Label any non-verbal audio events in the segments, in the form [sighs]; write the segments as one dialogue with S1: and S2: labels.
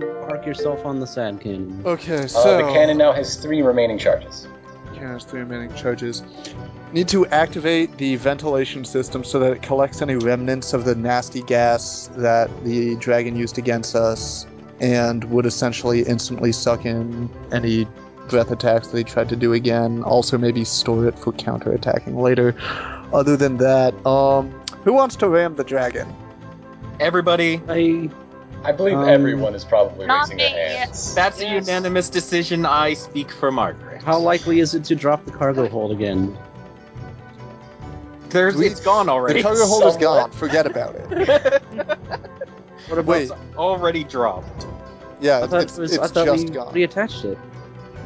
S1: yourself on the sad cannon.
S2: Okay,
S3: Uh,
S2: so
S3: the cannon now has three remaining charges.
S2: Cannon has three remaining charges. Need to activate the ventilation system so that it collects any remnants of the nasty gas that the dragon used against us and would essentially instantly suck in any breath attacks that he tried to do again. Also, maybe store it for counterattacking later. Other than that, um, who wants to ram the dragon?
S4: Everybody,
S1: I
S3: I believe
S2: Um,
S3: everyone is probably
S5: Not
S3: raising their
S5: me yet.
S3: hands.
S4: that's a
S5: Yes.
S4: unanimous decision. I speak for Margaret.
S1: how likely is it to drop the cargo hold again?
S4: There's,
S2: We-
S4: it's gone already.
S2: The cargo hold is
S3: somewhat.
S2: gone. Forget about it.
S3: [laughs]
S4: What about
S2: Wait.
S4: already dropped?
S2: Yeah,
S1: I thought
S2: Uh, it's,
S1: it was, I
S2: it's
S1: thought
S2: just
S1: we
S2: gone.
S1: reattached it.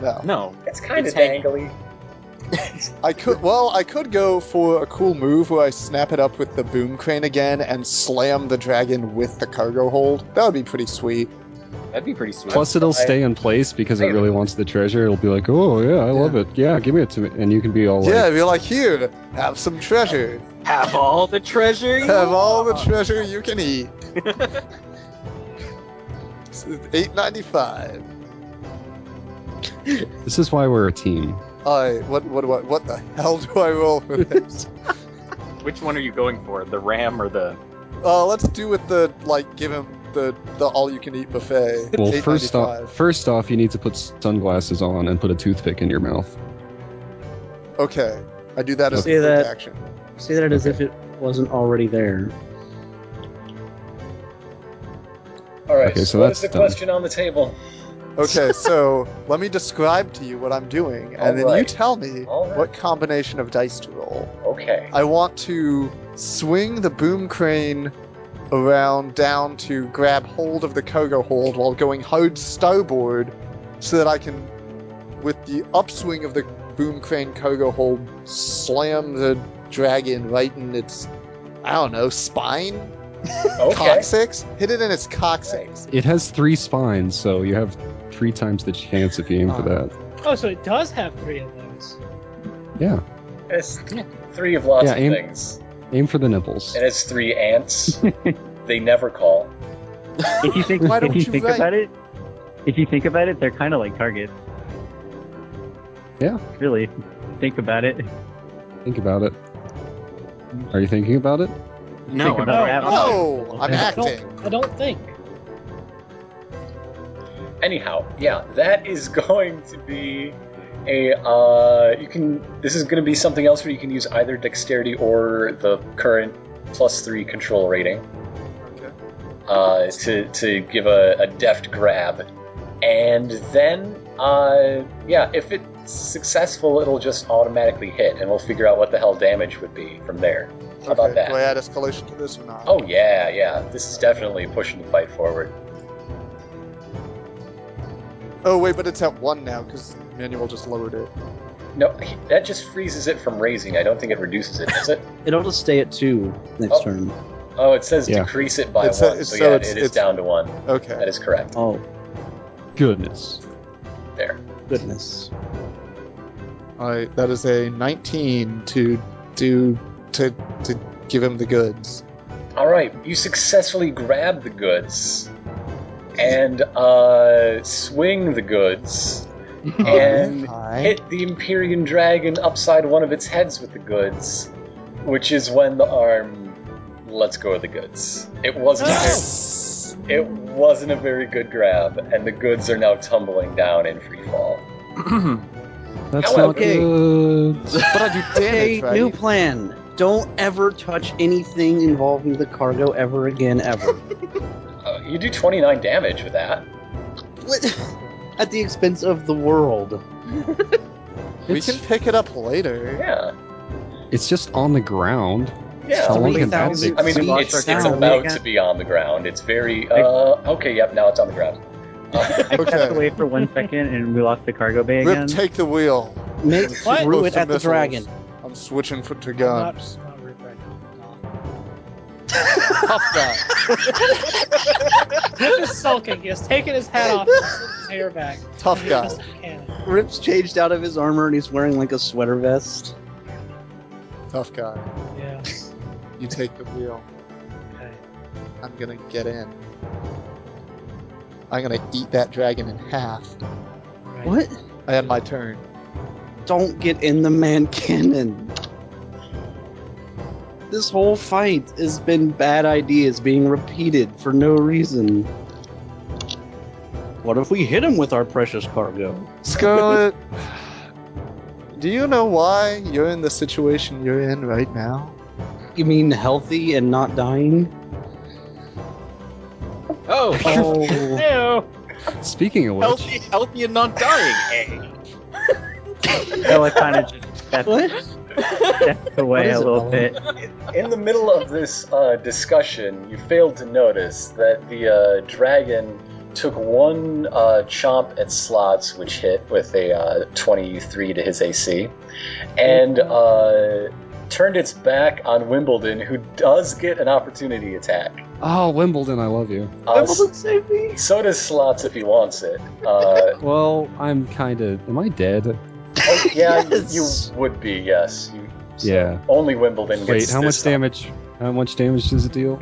S2: No.
S4: No.
S3: It's kind of
S4: It's hanging.
S3: dangly.
S2: I could well, I could go for a cool move where I snap it up with the boom crane again and slam the dragon with the cargo hold. That would be pretty sweet.
S4: That'd be pretty sweet.
S6: Plus, it'll stay in place because it really wants the treasure. It'll be like, oh yeah, I love it. Yeah, give me it to me, and you can be all
S2: yeah,
S6: like,
S2: be like, here, have some treasure.
S4: have all the treasure.
S2: [laughs]
S4: you
S2: Have
S1: [laughs]
S2: all the
S4: want.
S2: treasure you can eat. Eight ninety five.
S6: this is why we're a team.
S2: I what what what what the hell do I roll
S1: [laughs]
S2: for this?
S4: Which one are you going for? The ram or the?
S2: uh, let's do with the like give him the the all you can eat buffet.
S6: Well, first off,
S2: $8.95.
S6: first off, you need to put sunglasses on and put a toothpick in your mouth.
S2: okay, I do that as
S1: Say
S2: a quick
S1: that.
S2: action.
S1: Say that as if it wasn't already there.
S3: All right.
S6: Okay, so
S3: what
S6: that's
S3: is the
S6: done.
S3: question on the table?
S2: Okay, so [laughs] let me describe to you what I'm doing, and then you
S3: Alright.
S2: tell me
S3: All right.
S2: what combination of dice to roll.
S3: Okay.
S2: I want to swing the boom crane around down to grab hold of the cargo hold while going hard starboard so that I can, with the upswing of the boom crane cargo hold, slam the dragon right in its, I don't know, spine?
S3: Okay.
S2: Coccyx? Hit it in its coccyx.
S6: It has three spines, so you have three times the chance if you aim for
S2: Uh,
S6: that.
S7: Oh, so it does have three of those.
S6: Yeah,
S3: It's three of lots
S6: Yeah,
S3: of
S6: aim-
S3: things.
S6: aim for the nipples.
S3: And it's three
S6: [laughs]
S3: ants. they never call.
S8: If you think,
S2: Why
S8: if
S2: don't
S8: you
S2: you
S8: think
S2: write?
S8: about it, if you think about it, they're kind of like targets.
S6: Yeah.
S8: Really, think about it.
S6: Think about it. Are you thinking about it?
S4: No,
S8: think
S4: I'm
S8: about
S4: right.
S8: that.
S2: No, Oh, I'm
S7: I
S2: acting.
S7: don't, I don't think.
S3: Anyhow, yeah, that is [laughs] going to be a uh you can this is gonna be something else where you can use either dexterity or the current plus three control rating. Uh to to give a, a deft grab. And then uh yeah, if it's successful it'll just automatically hit and we'll figure out what the hell damage would be from there. How about
S2: Okay,
S3: that?
S2: Do I add escalation to this or not?
S3: Oh yeah, yeah. This is definitely pushing the fight forward.
S2: Oh wait, but it's at one now because Manuel just lowered it.
S3: No, that just freezes it from raising. I don't think it reduces it, does it?
S1: It'll just stay at two next
S3: Oh.
S1: turn.
S3: Oh, it says
S6: Yeah.
S3: decrease it by
S2: It's a-
S3: one.
S2: it's-
S3: so,
S2: so
S3: yeah,
S2: it's-
S3: it is
S2: it's-
S3: down to one. That
S2: Okay.
S3: is correct.
S1: Oh
S6: Goodness.
S3: There.
S1: goodness!
S2: All right. That is a 19 to do to to give him the goods.
S3: All right, you successfully grab the goods and uh, swing the goods. And Hit the Empyrean dragon upside one of its heads with the goods, which is when the arm lets go of the goods. It wasn't.
S4: Oh.
S3: [clears throat]
S2: Yes.
S3: It wasn't a very good grab, and the goods are now tumbling down in free fall.
S6: That's
S3: Hello,
S6: not
S1: Gabe.
S6: good.
S3: [laughs]
S2: But I do
S1: Okay,
S2: damage, right?
S1: new plan. Don't ever touch anything involving the cargo ever again,
S2: [laughs]
S1: ever. [laughs]
S3: Uh, you do 29 damage with that.
S1: What? At the expense of the world.
S2: we can pick it up later.
S3: Yeah.
S6: It's just on the ground.
S3: Yeah.
S6: How long can that
S1: 3,000
S6: take?
S3: I mean,
S1: It's a
S3: it's, it's
S1: sound.
S3: about to be on the ground. It's very. Uh, okay, yep, now it's on the ground. Uh,
S8: I stepped
S2: Okay.
S8: away for one second and we lost the cargo bay again.
S2: Rip, take the wheel.
S1: Make
S7: What?
S1: through
S2: Both
S1: it
S2: the
S1: at the
S2: missiles.
S1: dragon.
S2: I'm switching foot to
S7: I'm
S2: gun.
S7: Not, not Rip right now. [laughs] I'm not.
S2: Pop that.
S7: He's just sulking. He's taking his hat off, and slipped his hair back.
S2: Tough guy.
S7: [laughs] Just a cannon.
S1: Rip's changed out of his armor and he's wearing like a sweater vest.
S2: Tough guy.
S7: Yeah.
S2: You take the wheel.
S7: Okay.
S2: I'm gonna get in. I'm gonna eat that dragon in half.
S1: What?
S2: I had my turn.
S1: Don't get in the man cannon. This whole fight has been bad ideas being repeated for no reason. What if we hit him with our precious cargo?
S2: [sighs] Scarlet, do you know why you're in the situation you're in right now?
S1: You mean healthy and not dying?
S6: [laughs]
S4: Oh,
S1: Oh,
S7: Ew.
S6: Speaking of which,
S4: healthy, healthy, and not dying. eh?
S8: No, I kind of just stepped,
S1: what?
S8: stepped
S1: What
S8: away
S1: is
S8: a
S1: it,
S8: little
S1: Owen?
S8: bit.
S3: In the middle of this uh, discussion, you failed to notice that the uh, dragon took one uh, chomp at slots, which hit with a uh, 23 to his AC, and uh, turned its back on Wimbledon, who does get an opportunity attack.
S6: oh Wimbledon, I love you.
S3: Uh, s- so does slots if he wants it. Uh,
S6: Well, I'm kind of. Am I dead?
S3: oh, yeah, you-
S1: Yes.
S3: you would be. Yes, you, so
S6: Yeah.
S3: Only Wimbledon
S6: Wait,
S3: gets
S6: how
S3: this
S6: much damage? How much damage does it deal?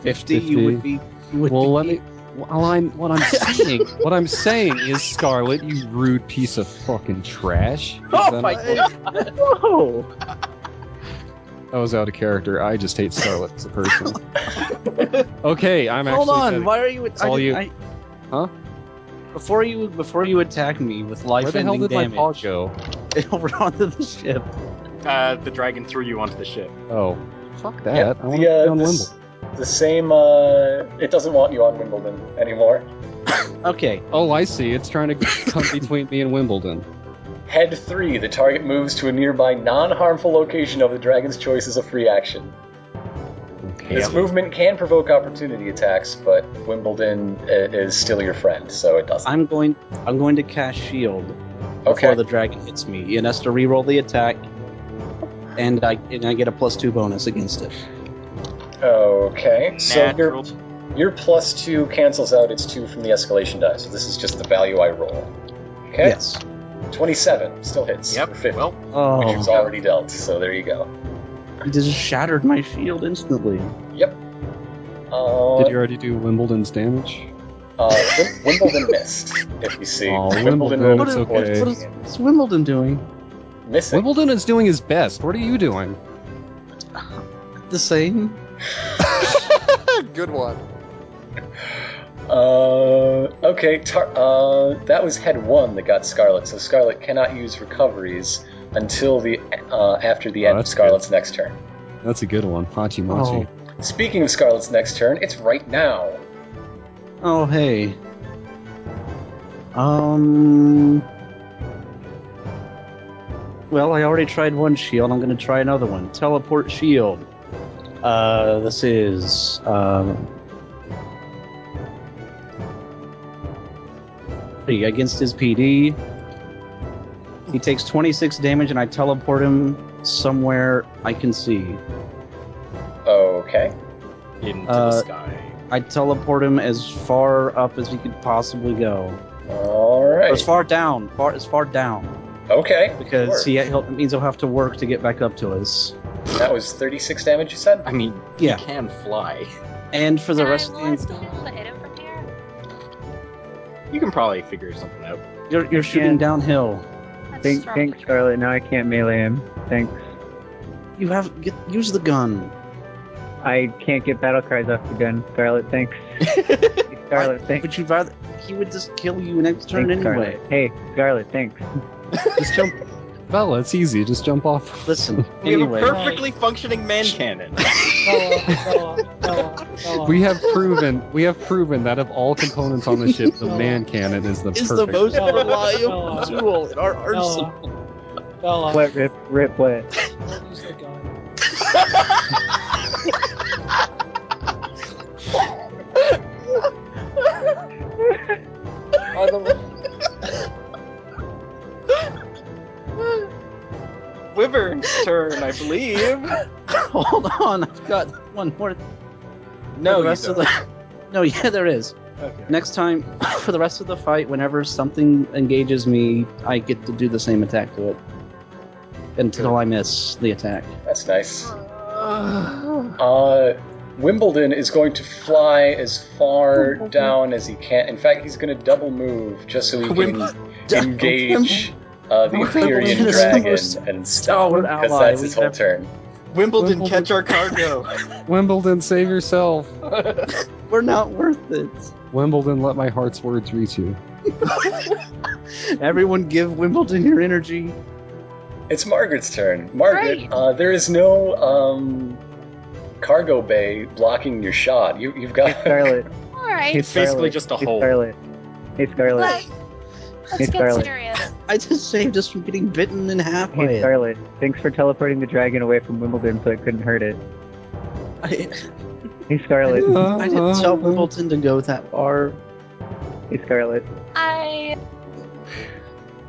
S1: 50, you would be. You would
S6: Well,
S1: be
S6: let me. Well, I'm,
S1: [laughs]
S6: what I'm saying, what I'm saying is, Scarlet, you rude piece of fucking trash. Is
S4: Oh
S6: that-
S4: my god!
S8: Oh,
S6: That was out of character. I just hate Scarlet as
S3: [laughs]
S6: a person. okay, I'm
S1: Hold
S6: actually.
S1: on,
S6: dead.
S1: why are you?
S6: It's all you.
S1: I-
S6: Huh?
S1: Before you, before you attack me with
S6: Where the hell
S1: life-ending
S6: did my paw
S1: damage,
S6: go?
S1: [laughs] over onto the ship.
S4: Uh, the dragon threw you onto the ship.
S6: Oh, fuck that!
S3: Yeah,
S6: I want to
S3: the,
S6: be
S3: uh,
S6: on
S3: this-
S6: Wimble.
S3: the same. Uh, it doesn't want you on Wimbledon anymore.
S1: Okay,
S6: Oh, I see. It's trying
S3: [laughs]
S6: to come between me and Wimbledon.
S3: Head three. The target moves to a nearby non-harmful location of the dragon's choice as a free action.
S6: Okay.
S3: This movement can provoke opportunity attacks, but Wimbledon i- is still your friend, so it doesn't.
S1: I'm going. I'm going to cast shield before
S3: Okay.
S1: the dragon hits me. It has to re-roll the attack, and I and I get a plus two bonus against it.
S3: Okay. So your
S4: Natural.
S3: your plus two cancels out its two from the escalation die, so this is just the value I roll. Okay.
S1: Yes.
S3: Twenty-seven still hits.
S4: Yep.
S3: Or 50,
S4: Well,
S3: which
S1: Oh,
S3: was already dealt. So there you go.
S1: it just shattered my shield instantly.
S3: Uh,
S6: Did you already do Wimbledon's damage?
S3: Uh, Wim- Wimbledon missed. If you see
S6: Aw,
S3: Wimbledon,
S6: Oh, Wimbledon,
S3: rolled
S1: What
S6: it's
S1: is,
S3: a
S1: what is-
S6: okay.
S1: what is, what is Wimbledon doing?
S3: missing.
S6: Wimbledon is doing his best. What are you doing?
S1: The same.
S2: [laughs] Good one.
S3: Uh, okay, tar- uh, that was head one that got Scarlet. So Scarlet cannot use recoveries until the uh, after the
S6: Oh,
S3: end of
S6: that's
S3: Scarlet's next turn.
S6: That's a good one. Hachi Machi.
S3: Speaking of Scarlet's next turn, it's right now.
S1: Oh hey. Um. Well, I already tried one shield. I'm going to try another one. Teleport shield. Uh, this is um. three Against his PD, he takes 26 damage, and I teleport him somewhere I can see.
S3: Okay.
S4: into
S1: Uh,
S4: the sky.
S1: I teleport him as far up as he could possibly go.
S3: All
S1: Or
S3: right.
S1: As far down, far as far down,
S3: Okay.
S1: because
S3: sure.
S1: he he'll, it means he'll have to work to get back up to us.
S3: that was thirty-six damage. You said.
S4: I mean,
S1: Yeah.
S4: you can fly. [laughs]
S1: And for the
S5: Can
S1: rest
S5: I
S1: of
S5: roll a
S1: the,
S5: skill to hit him from here?
S4: You can probably figure something out.
S1: you're, you're shooting
S8: Yeah.
S1: downhill.
S5: That's
S8: thanks,
S5: strong
S8: thanks,
S5: control.
S8: Scarlet. Now I can't melee him. Thanks.
S1: You have get, use the gun.
S8: I can't get battle cries off the gun. Scarlet, thanks. Scarlet, thanks.
S1: But you'd rather he would just kill you next turn
S8: thanks,
S1: anyway.
S8: Scarlet. Hey, Scarlet, thanks.
S6: Just jump. Bella, it's easy. Just jump off.
S4: [laughs]
S1: Listen,
S4: We
S1: anyway,
S4: have a perfectly functioning man cannon.
S7: Bella, Bella, Bella, Bella.
S6: We have proven we have proven that of all components on the [laughs] ship, the
S7: Bella.
S6: man cannon is the
S1: is the
S4: [laughs]
S6: perfect.
S1: most
S7: Bella,
S1: reliable
S7: Bella,
S1: tool in our arsenal. [laughs]
S7: Bella, Bella,
S8: What, Rip? Rip, what?
S7: don't use the gun.
S4: Wyvern's turn, I believe.
S1: Hold on, I've got one more. for
S4: No,
S1: the rest
S4: you
S1: of the. [laughs] No, yeah, there is.
S4: don't. Okay.
S1: Next time, [laughs] for the rest of the fight, whenever something engages me, I get to do the same attack to it until I miss the attack.
S3: That's nice. Uh, Wimbledon is going to fly as far down as he can. In fact, he's going to double move just so he can engage uh, the Empyrean
S5: Wimbledon is
S3: dragon
S5: almost-
S3: and stop
S5: Oh, an
S3: because
S5: ally.
S3: that's
S5: We
S3: his whole
S5: have-
S3: turn.
S4: Wimbledon,
S5: Wimbledon.
S4: catch our cargo.
S6: Wimbledon, save yourself.
S5: We're not worth it.
S6: Wimbledon, let my heart's words reach you.
S5: Everyone give Wimbledon your energy.
S3: It's Margaret's turn. Margaret,
S7: Great.
S3: uh, there is no um, cargo bay blocking your shot. You, you've
S8: Hey,
S3: got.
S8: Scarlet.
S9: All
S8: [laughs]
S9: right.
S8: Hey,
S4: It's basically
S8: Scarlet.
S4: just a
S8: Hey,
S4: hole.
S8: Scarlet. Hey, Scarlet.
S9: Let's, let's
S8: It's
S9: get
S8: Scarlet.
S9: serious.
S5: I just saved us from getting bitten in half
S1: Oh,
S5: by
S8: Hey,
S5: it.
S8: Scarlet. Thanks for teleporting the dragon away from Wimbledon so it couldn't hurt it.
S5: I,
S8: Hey, Scarlet.
S5: I didn't tell Wimbledon to go that far.
S8: Hey, Scarlet.
S9: I.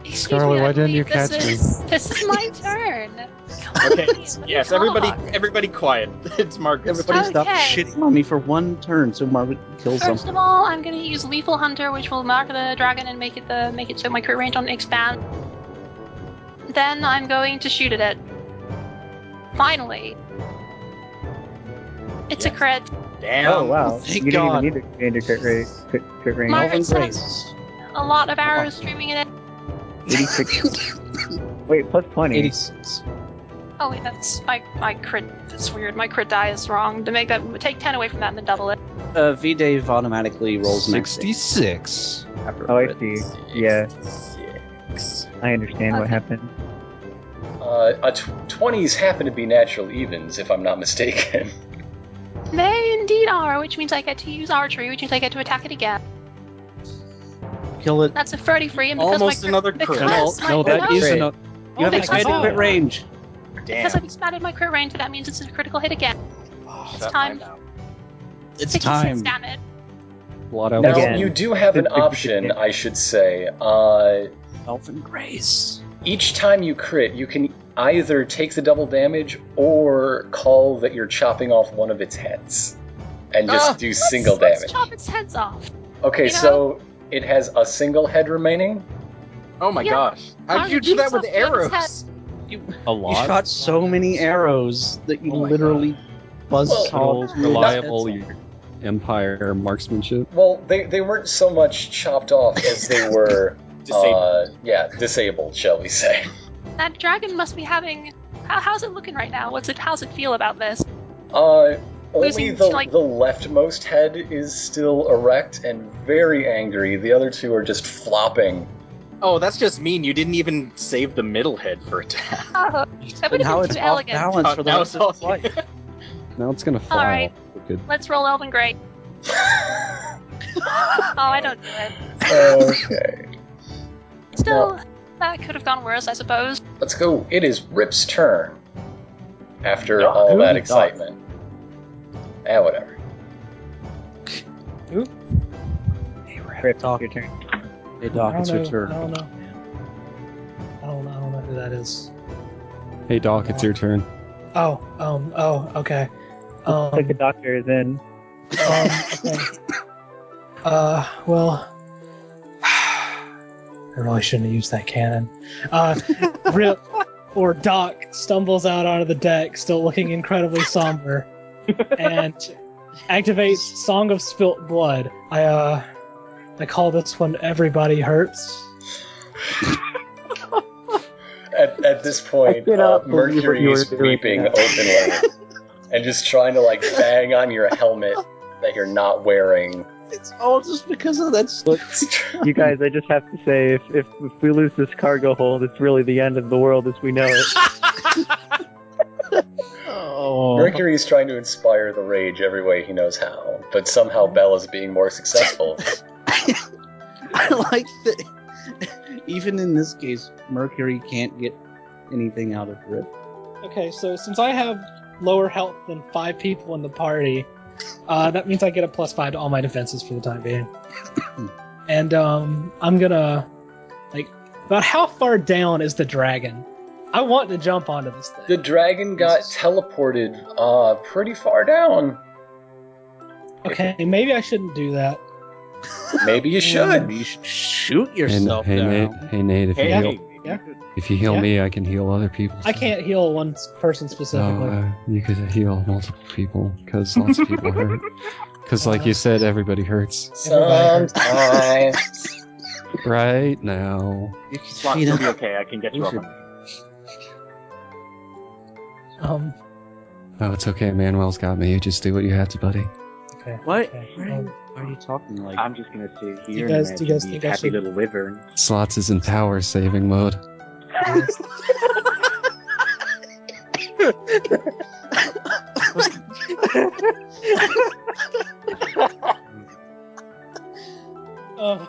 S9: Excuse
S6: Scarlet,
S9: me, I
S6: why didn't you
S9: believe this
S6: catch
S9: is, This is my turn.
S4: [laughs] Okay.
S9: Please, let me
S4: yes, everybody,
S9: talk.
S4: everybody, quiet. [laughs] It's Margaret's
S5: Everybody
S9: Okay.
S5: stop shitting on me for one turn so Margaret kills them.
S9: First of all, I'm going to use Lethal Hunter, which will mark the dragon and make it the make it so my crit range on expand. Then I'm going to shoot at it. Finally, it's a
S4: Yes.
S9: crit.
S4: Damn.
S8: Oh, wow.
S5: thank
S8: you
S5: God.
S8: didn't even need to expand your crit rate. Crit, crit range.
S9: Margaret
S1: Elven
S9: said-
S1: Grace.
S9: A lot of arrows streaming at it.
S4: [laughs]
S8: 86. Wait, plus 20.
S1: 86.
S9: Oh wait, that's my my crit. That's weird. My crit die is wrong. To make that take ten away from that and then double it.
S1: Uh, V Dave automatically rolls next. day
S6: 66.
S1: After
S8: Oh, I
S1: crit.
S8: see. Yeah,
S4: Six.
S8: I understand what
S9: Okay.
S8: happened.
S3: Uh, a tw- 20s happen to be natural evens, if I'm not mistaken.
S9: They indeed are, which means I get to use archery, which means I get to attack it again.
S5: Kill it.
S9: That's a 33, and because
S4: Almost
S9: my crit-
S4: another
S9: because
S4: crit.
S9: my-
S1: No, no, that
S9: because-
S1: is enough.
S4: Oh,
S1: You have
S9: my
S1: expanded
S9: God.
S1: crit range.
S9: Because I've
S4: Damn.
S9: expanded my crit range, that means it's a critical hit again.
S4: Oh,
S9: it's
S4: that
S9: time.
S4: lined up.
S1: It's
S9: 66
S1: time.
S9: damage.
S6: Blood out.
S3: now,
S8: Again.
S3: you do have an option, I should say. Uh,
S1: Elven Grace.
S3: each time you crit, you can either take the double damage or call that you're chopping off one of its heads and just
S4: Ah,
S3: do single
S9: Let's-
S3: damage.
S9: Let's chop its heads off.
S3: Okay,
S9: you know-
S3: so it has a single head remaining.
S4: Oh my
S9: Yeah.
S4: gosh! How did
S9: Margaret
S4: you do that
S9: shoots
S4: with
S9: off one of its
S4: arrows?
S6: A
S5: You
S6: lot.
S5: shot so many arrows that you
S4: Oh my
S5: literally buzzed
S6: Total
S5: off.
S6: reliable empire marksmanship.
S3: Well, they, they weren't so much chopped off as they were,
S4: Disabled.
S3: Uh, yeah, disabled, shall we say.
S9: That dragon must be having. How, how's it looking right now? What's it? How's it feel about this?
S3: Uh, only
S9: Losing
S3: the,
S9: to, like-
S3: the leftmost head is still erect and very angry. The other two are just flopping.
S4: Oh, that's just mean. You didn't even save the middle head for attack.
S9: Oh, that would
S5: And how
S9: have been
S5: it's
S9: too
S5: off
S9: elegant.
S5: balance
S4: Oh,
S5: for the
S4: now
S5: rest
S4: it's
S5: of its
S4: all-
S5: life.
S6: Now it's gonna fly.
S9: All right.
S6: off. Good.
S9: Let's roll
S3: [laughs]
S9: Elven Great. oh, I don't do it.
S3: okay.
S9: Still, that could have gone worse, I suppose.
S3: Let's go. It is Rip's turn. After
S4: Doc,
S3: all
S4: who
S3: that
S4: is
S3: excitement. Ah, whatever.
S8: Rip, it's
S5: Talk.
S8: your turn.
S5: Hey,
S7: I
S5: Doc,
S7: don't
S5: it's
S7: know.
S5: your turn.
S7: I don't know. I don't, I don't know who that is.
S6: Hey Doc, it's your turn.
S7: Oh, um, oh, okay. Um,
S8: Looks like the doctor is in.
S7: um, okay. Uh, well, I really shouldn't have used that cannon. Uh, Rip or Doc stumbles out onto the deck, still looking incredibly somber, and activates Song of Spilt Blood. I uh, I call this one "Everybody Hurts."
S3: At, at this point,
S5: I
S3: uh,
S5: cannot believe what
S3: Mercury
S5: you
S3: is
S5: were doing
S3: weeping
S5: now.
S3: openly and just trying to like bang on your helmet that you're
S5: [laughs]
S3: not wearing.
S5: It's all just because of that slip.
S8: You guys, I just have to say, if, if, if we lose this cargo hold, it's really the end of the world as we
S4: [laughs]
S8: know it.
S1: [laughs]
S5: Oh,
S3: Mercury is trying to inspire the rage every way he knows how, but somehow Bella's being
S5: [laughs]
S3: more successful.
S5: I like that.
S1: [laughs]
S5: Even in this case, Mercury can't get anything out of Rip.
S7: Okay, so since I have lower health than five people in the party, uh, that means I get a plus five to all my defenses for the time being. and um, I'm gonna like about how far down is the dragon? I want to jump onto this
S3: the
S7: thing.
S3: dragon got teleported uh, pretty far down.
S7: Okay, maybe I shouldn't do that.
S3: Maybe you should.
S5: Hmm. You should shoot
S6: And
S5: yourself
S6: uh, hey
S5: down.
S6: Nate, hey Nate, if you
S4: Hey,
S6: heal, If you heal
S7: Yeah.
S6: me, I can heal other people.
S7: I can't heal one s- person
S6: So
S7: specifically.
S6: uh, you could heal multiple people because lots of people hurt. Because, like you said, everybody hurts
S7: Everybody hurts.
S3: Sometimes.
S6: right now.
S1: You can
S4: Slock, you'll be okay. I can get you up.
S7: um,
S6: Oh, it's okay. Manuel's got me. You just do what you have to, buddy.
S7: okay.
S1: What?
S7: Okay.
S1: Why
S7: Um,
S1: are you talking like?
S4: I'm just gonna sit
S7: you
S4: here
S7: guys- do
S4: and imagine
S7: you guys
S4: the
S7: think I
S4: happy
S7: should-
S4: little wyvern.
S6: Slots is in power saving mode.
S7: um,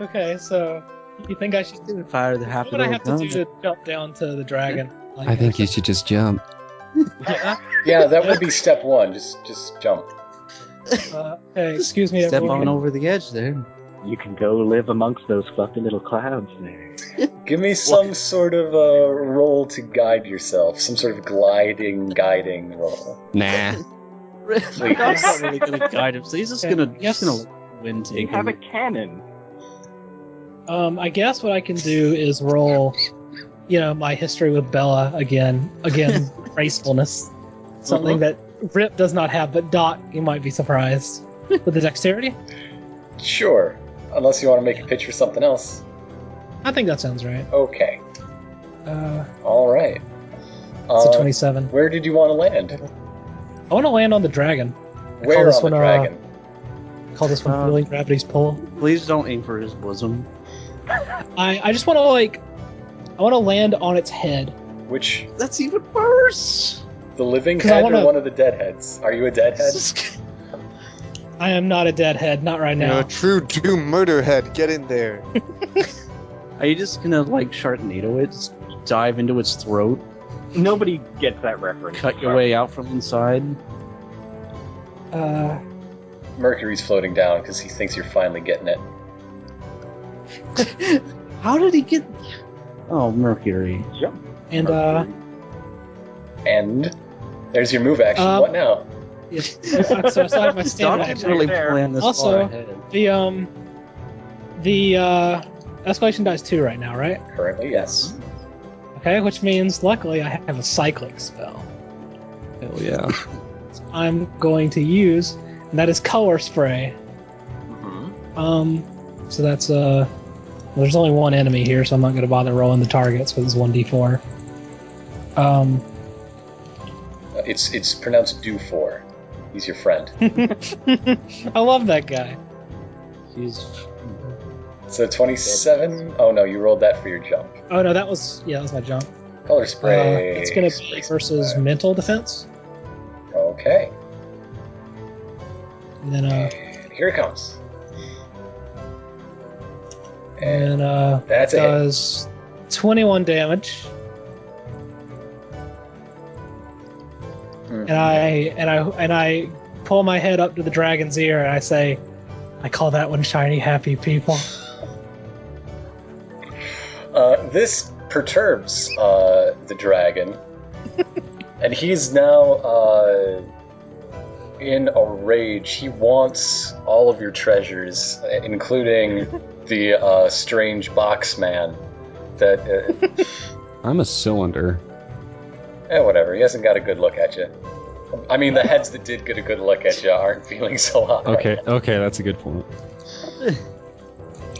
S7: okay, so you think I should do
S1: Fire the happy
S7: what would I
S1: little
S7: have to do
S1: gun.
S7: to jump down to the dragon? Like,
S6: I think you should just jump.
S3: Yeah, that would be step one. Just just jump.
S7: [laughs] Uh, hey, excuse me,
S1: Step
S7: everyone.
S1: on over the edge there.
S4: You can go live amongst those fluffy little clouds there.
S3: Give me some sort of uh, roll to guide yourself. Some sort of gliding, guiding roll.
S6: Nah.
S1: [laughs] Doc's not really gonna guide him, so he's just
S7: Okay.
S1: gonna
S7: Yes.
S1: just gonna win
S4: You
S1: take
S4: have a
S1: him.
S4: cannon.
S7: Um, I guess what I can do is roll, you know, my history with Bella again.
S1: [laughs]
S7: Again, gracefulness. Something
S1: Uh-huh.
S7: that Rip does not have, but Dot, you might
S1: [laughs]
S7: be surprised. with the dexterity?
S3: Sure. Unless you want to make a pitch for something else.
S7: I think that sounds right.
S3: Okay.
S7: Uh,
S3: All right.
S7: it's
S3: Uh,
S7: a 27.
S3: Where did you want to land?
S7: I want to land on the dragon.
S3: Where
S7: this
S3: on the
S7: one, uh,
S3: dragon?
S7: Call this one
S1: Uh,
S7: Feeling Gravity's Pull.
S1: Please don't aim for his bosom.
S7: I, I just want to, like, I want to land on its head.
S3: Which
S1: That's even worse.
S3: the living
S7: 'Cause I
S3: head or
S7: wanna-
S3: one of the deadheads? Are you a deadhead?
S7: I am not a deadhead, not right
S2: You're
S7: now.
S2: a true doom murder head. Get in [laughs] there.
S1: Are you just gonna like Sharknado it? Just dive into its throat,
S4: Nobody gets that reference.
S1: cut your way out from inside?
S7: Uh,
S3: Mercury's floating down because he thinks you're finally getting it.
S1: How did he get? Oh, Mercury.
S4: Jump.
S7: and,
S1: [laughs]
S7: uh,
S3: And there's your move action.
S7: Um,
S3: what now?
S1: [laughs]
S7: so aside my stamina,
S1: Doc
S7: action,
S1: is really
S4: there.
S1: playing this
S7: Also-
S1: far ahead.
S7: The um, the uh, escalation dies two right now, right?
S3: Currently, yes.
S7: Okay, which means luckily I have a cyclic spell.
S6: Hell yeah.
S7: I'm going to use, and that is color spray. Um, so that's uh, well, there's only one enemy here, so I'm not going to bother rolling the targets because it's one d4. Um,
S3: Uh, It's it's pronounced do for. He's your friend.
S7: I love that guy.
S1: He's
S3: So 27. Oh no, you rolled that for your jump.
S7: Oh no, that was yeah, that was my jump.
S3: Color
S7: Uh,
S3: spray.
S7: it's going to
S3: Spray,
S7: be
S3: spray,
S7: versus
S3: spray.
S7: mental defense,
S3: Okay.
S7: and then uh,
S3: Here it comes.
S7: and
S3: And
S7: then uh,
S3: that's it.
S7: does 21 damage.
S3: Mhm.
S7: And I and I and I pull my head up to the dragon's ear and I say, I call that one shiny happy people.
S3: Uh, this perturbs uh, the
S7: [laughs]
S3: dragon, and he's now uh, in a rage. He wants all of your treasures, uh, including
S7: [laughs]
S3: the uh, strange box man.
S7: [laughs]
S3: That
S6: I'm a cylinder.
S3: uh, eh, whatever. He hasn't got a good look at you. I mean, the heads that did get a good look at you aren't feeling so hot. right
S6: Okay, okay, that's a good point.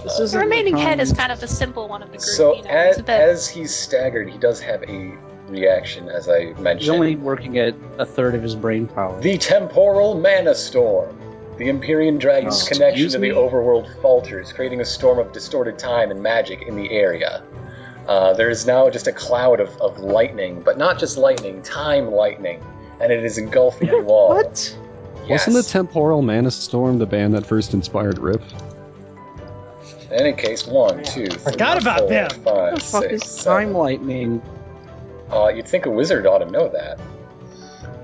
S1: this is
S9: The remaining head is kind of the simple one of the group.
S3: So
S9: you know,
S3: as,
S9: it's a bit-
S3: as he's staggered, he does have a reaction, as I
S1: He's
S3: mentioned.
S1: only working at a third of his brain power.
S3: The temporal mana storm. The Empyrean dragon's
S4: Oh.
S3: connection
S1: Excuse
S3: to the
S1: me?
S3: overworld falters, creating a storm of distorted time and magic in the area. Uh, there is now just a cloud of, of lightning, but not just lightning, time lightning, and it is engulfing
S1: [laughs]
S3: you all.
S1: what?
S3: Yes.
S6: Wasn't the Temporal Mana Storm the band that first inspired Rip?
S3: in any case, one, two, three,
S7: Forgot about
S3: four,
S7: them.
S3: five,
S1: Oh, What the fuck
S3: six,
S1: is
S3: seven.
S1: time lightning?
S3: Uh, you'd think a wizard ought to know that.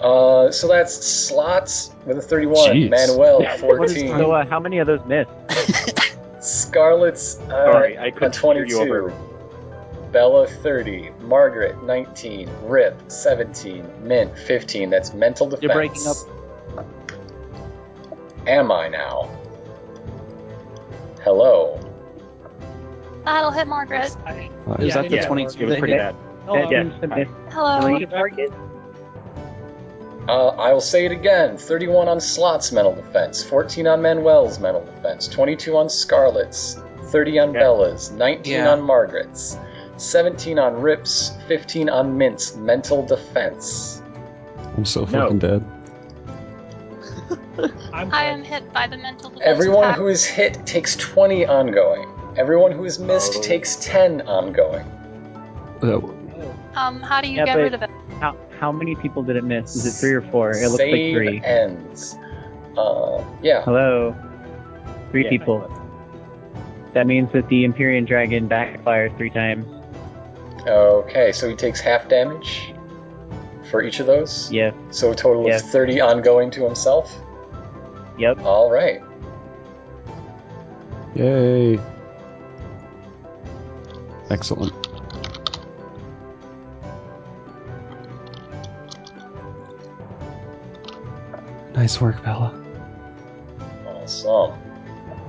S3: Uh, so that's slots with a 31,
S6: Jeez.
S4: [laughs]
S3: Manuel
S1: What is
S3: 14,
S8: So, uh, how many of those missed?
S3: Scarlet's uh,
S4: Sorry, I
S3: a
S4: couldn't hear you
S3: 22,
S4: over.
S3: Bella 30, Margaret 19, Rip 17, Mint 15. That's mental defense.
S1: You're breaking
S3: Am I now? Hello.
S9: That'll hit Margaret.
S7: I-
S1: Is
S7: Yeah,
S1: that the
S7: I did.
S4: yeah, it
S1: 22?
S4: was pretty bad.
S7: hello.
S8: That seems to miss
S9: Hello.
S8: the target.
S3: Uh, I will say it again 31 on Slot's mental defense, 14 on Manuel's mental defense, 22 on Scarlet's, 30 on
S8: Yeah.
S3: Bella's, 19
S1: Yeah.
S3: on Margaret's, 17 on Rip's, 15 on Mint's mental defense.
S6: I'm so fucking dead.
S7: I'm
S9: I am hit by the mental defense
S3: Everyone
S9: attack.
S3: who is hit takes 20 ongoing. Everyone who is missed
S4: Oh.
S3: takes 10 ongoing.
S6: Uh,
S9: Um, how do you
S8: Yeah,
S9: get
S8: but-
S9: rid of it?
S8: How, how many people did it miss? Is it three or four? It looks
S3: Save
S8: like three.
S3: ends. Uh, yeah.
S8: Hello? Three
S4: Yeah.
S8: people. That means that the Empyrean Dragon backfires three times.
S3: Okay, so he takes half damage for each of those.
S8: Yes.
S3: So a total
S8: Yeah.
S3: of 30 ongoing to himself.
S8: Yep.
S3: All right.
S6: yay. Excellent. Nice work, Bella.
S3: Awesome.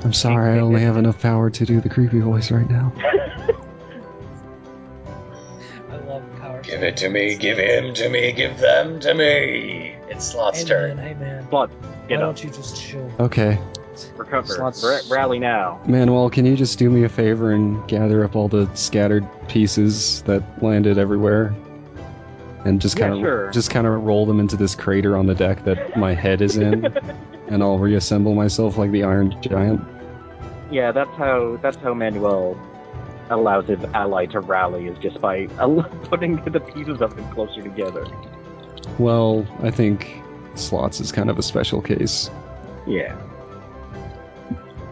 S6: I'm sorry I only have enough power to do the creepy voice right now.
S7: I love power.
S3: Give it to me, give him to me, give them to me. It's Slot's
S7: Hey man,
S3: turn.
S7: hey man.
S4: Slot,
S7: Why
S4: Get up.
S7: don't you just chill?
S6: Okay.
S4: Recover.
S1: Slots-
S4: Ra- rally now. [laughs]
S6: Manuel, can you just do me a favor and gather up all the scattered pieces that landed everywhere, and just
S4: Yeah,
S6: kind of
S4: sure.
S6: just kind of roll them into this crater on the deck that my head is in, and I'll reassemble myself like the Iron Giant.
S4: Yeah, that's how that's how Manuel allows his ally to rally is just by [laughs] al- putting the pieces of him closer together.
S6: Well, I think slots is kind of a special case.
S4: Yeah.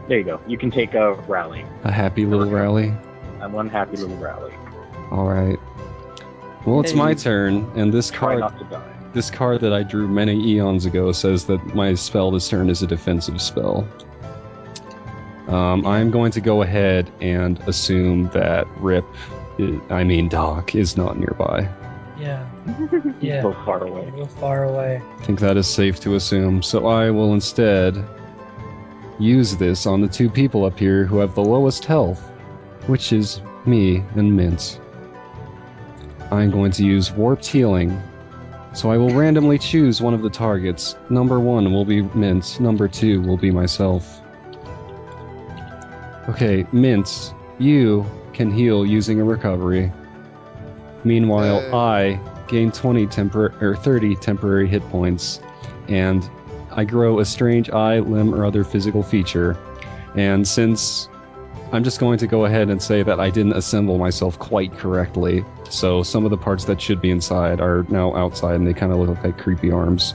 S4: There you go. You can take a rally.
S6: A happy little
S4: Okay.
S6: rally.
S4: I'm one happy little rally.
S6: All right. Well, it's my turn, and this
S4: Try
S6: card
S4: not to die.
S6: This card that I drew many eons ago says that my spell this turn is a defensive spell. Um, I'm going to go ahead and assume that Rip, i- I mean Doc, is not nearby.
S8: [laughs]
S7: Yeah. Yeah.
S4: Go far away.
S7: Real far away.
S6: I think that is safe to assume. So I will instead use this on the two people up here who have the lowest health, which is me and Mint. I'm going to use Warped Healing. So I will randomly choose one of the targets. Number one will be Mint, number two will be myself. Okay, Mint, you can heal using a recovery. Meanwhile,
S2: Hey.
S6: I gain 20 tempor- or 30 temporary hit points, and I grow a strange eye, limb, or other physical feature. And since I'm just going to go ahead and say that I didn't assemble myself quite correctly, so some of the parts that should be inside are now outside, and they kind of look like creepy arms.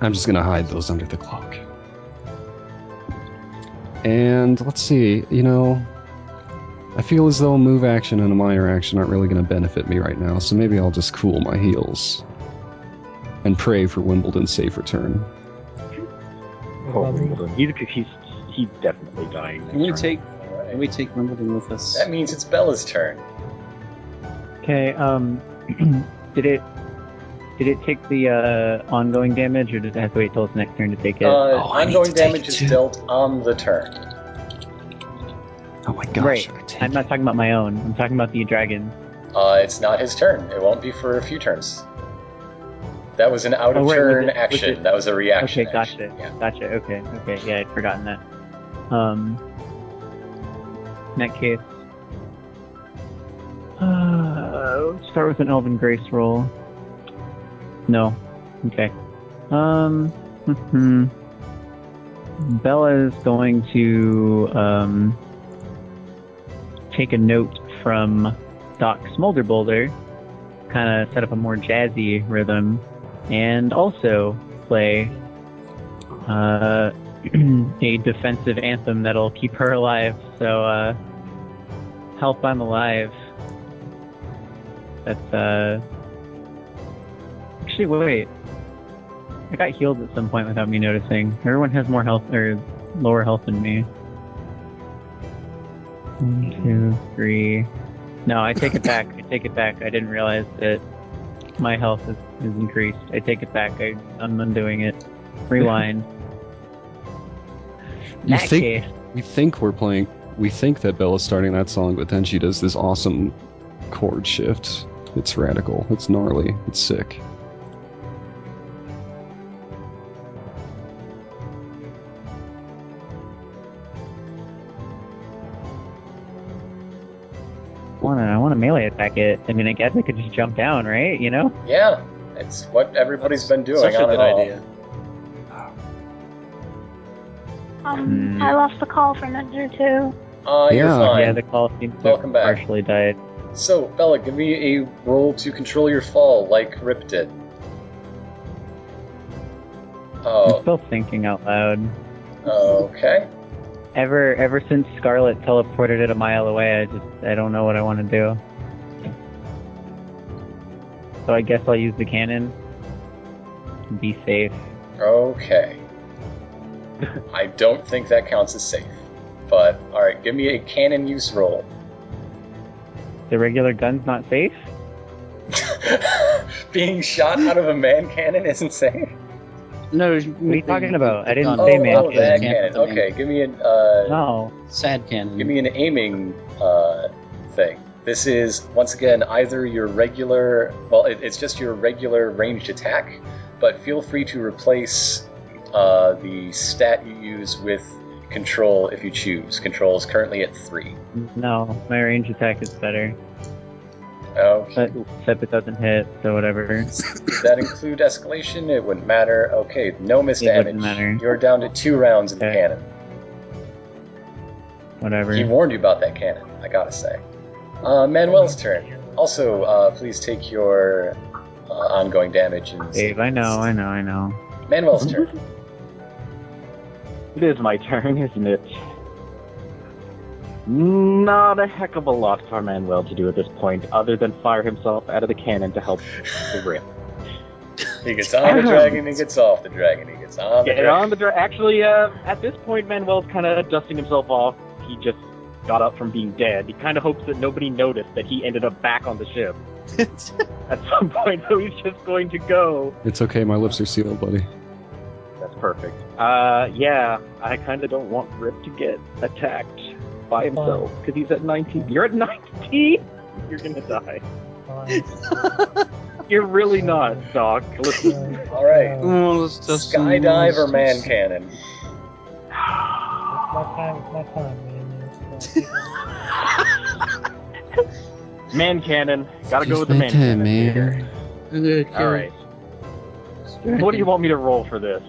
S6: I'm just gonna hide those under the cloak. And let's see, you know, I feel as though a move action and a minor action aren't really gonna benefit me right now, so maybe I'll just cool my heels and pray for Wimbledon's safe return.
S4: Poor
S7: Love you.
S4: Wimbledon. He's, he's, he's definitely dying.
S1: Can we
S4: next
S1: take
S3: All
S1: can
S3: right.
S1: we take Wimbledon with us?
S3: That means it's Bella's turn.
S8: Okay, um, [clears throat] did it did it take the uh, ongoing damage, or does it have to wait till its next turn to take it?
S3: Uh,
S6: Oh, I need
S3: ongoing
S6: to take
S3: damage
S6: it
S3: is
S6: too.
S3: dealt on the turn.
S6: Oh my gosh,
S8: Right.
S6: should I take
S8: I'm
S6: it?
S8: not talking about my own. I'm talking about the dragon.
S3: Uh, it's not his turn. It won't be for a few turns. That was an out
S8: Oh,
S3: of
S8: right,
S3: turn
S8: was it- was
S3: action.
S8: it-
S3: that was a reaction.
S8: okay, gotcha,
S3: action. Yeah.
S8: gotcha. Okay, okay. Yeah, I'd forgotten that. Um, in that case, uh, let's start with an Elven Grace roll. No, okay. Um, hmm. Bella's going to um, take a note from Doc Smolder Boulder, kind of set up a more jazzy rhythm, and also play uh, [clears throat] a defensive anthem that'll keep her alive. So, uh, help I'm alive. That's, uh, actually, wait. I got healed at some point without me noticing. Everyone has more health or lower health than me. One, two, three. No, I take it back. I take it back. I didn't realize that my health is, is increased. I take it back. I, I'm undoing it. Rewind. In
S6: You
S8: that
S6: think-
S8: case,
S6: we think we're playing. We think that Bella's starting that song, but then she does this awesome chord shift. It's radical. It's gnarly. It's sick.
S4: Wanna, I want to melee attack it. I mean, I guess I could just jump down, right? You know?
S3: Yeah, it's what everybody's been doing.
S1: Such a
S3: on
S1: good
S3: and off.
S1: idea.
S9: Um,
S4: Hmm.
S9: I lost the call for Mentor too.
S3: Uh, you're
S6: Yeah.
S3: fine.
S4: Yeah, the call seems to
S3: Welcome
S4: have
S3: back.
S4: partially died.
S3: So, Bella, give me a roll to control your fall, like Rip did.
S4: I'm
S3: Oh,
S4: still thinking out loud.
S3: okay.
S4: Ever ever since Scarlet teleported it a mile away, I just I don't know what I want to do. So I guess I'll use the cannon. Be safe.
S3: Okay. I don't think that counts as safe. But, alright, give me a cannon use roll. [laughs]
S4: The regular gun's not safe.
S3: Being shot out of a man cannon isn't safe.
S1: No, what
S4: are you talking about? I didn't
S3: Oh,
S4: say man
S3: oh, that
S4: cannon.
S3: cannon. Okay, give me an uh,
S4: No.
S1: Sad cannon.
S3: Give me an aiming uh, thing. This is once again either your regular, well, it, it's just your regular ranged attack, but feel free to replace uh, the stat you use with control if you choose. Control is currently at three.
S4: No, my range attack is better.
S3: Okay.
S4: But, except it doesn't hit, so whatever.
S3: Does that include escalation? It wouldn't matter. Okay, no missed
S4: It wouldn't
S3: damage.
S4: matter.
S3: You're down to two rounds in the
S4: Okay.
S3: cannon. He
S4: Whatever.
S3: warned you about that cannon. I gotta say. Uh, Manuel's turn. Also, uh, please take your uh, ongoing damage and
S4: Dave, I know, I know, I know.
S3: Manuel's
S8: [laughs]
S3: turn.
S8: It is my turn, [laughs] isn't it? Not a heck of a lot for Manuel to do at this point, other than fire himself out of the cannon to help the rip.
S3: He gets on the dragon. He gets off the dragon. He gets on the
S8: Get
S3: dragon.
S8: on the dra- Um, Actually, uh, at this point, Manuel's kind of dusting himself off. He just got up from being dead. He kind of hopes that nobody [laughs] noticed that he ended up back on the ship
S1: [laughs]
S8: at some point, so he's just going to go.
S6: It's okay. My lips are sealed, buddy.
S8: That's perfect. Uh, yeah, I kind of don't want Rip to get attacked by himself because he's at 19. You're at 19. You're gonna die.
S7: Fine.
S8: You're really not, Doc. Listen.
S7: [laughs] Uh,
S3: [laughs] All right.
S7: uh,
S3: Skydive or man
S8: [laughs]
S3: cannon?
S7: it's my time. It's my time, man. It's, uh,
S8: Man cannon. Gotta go with the man cannon. All right. What do you want me to roll for this?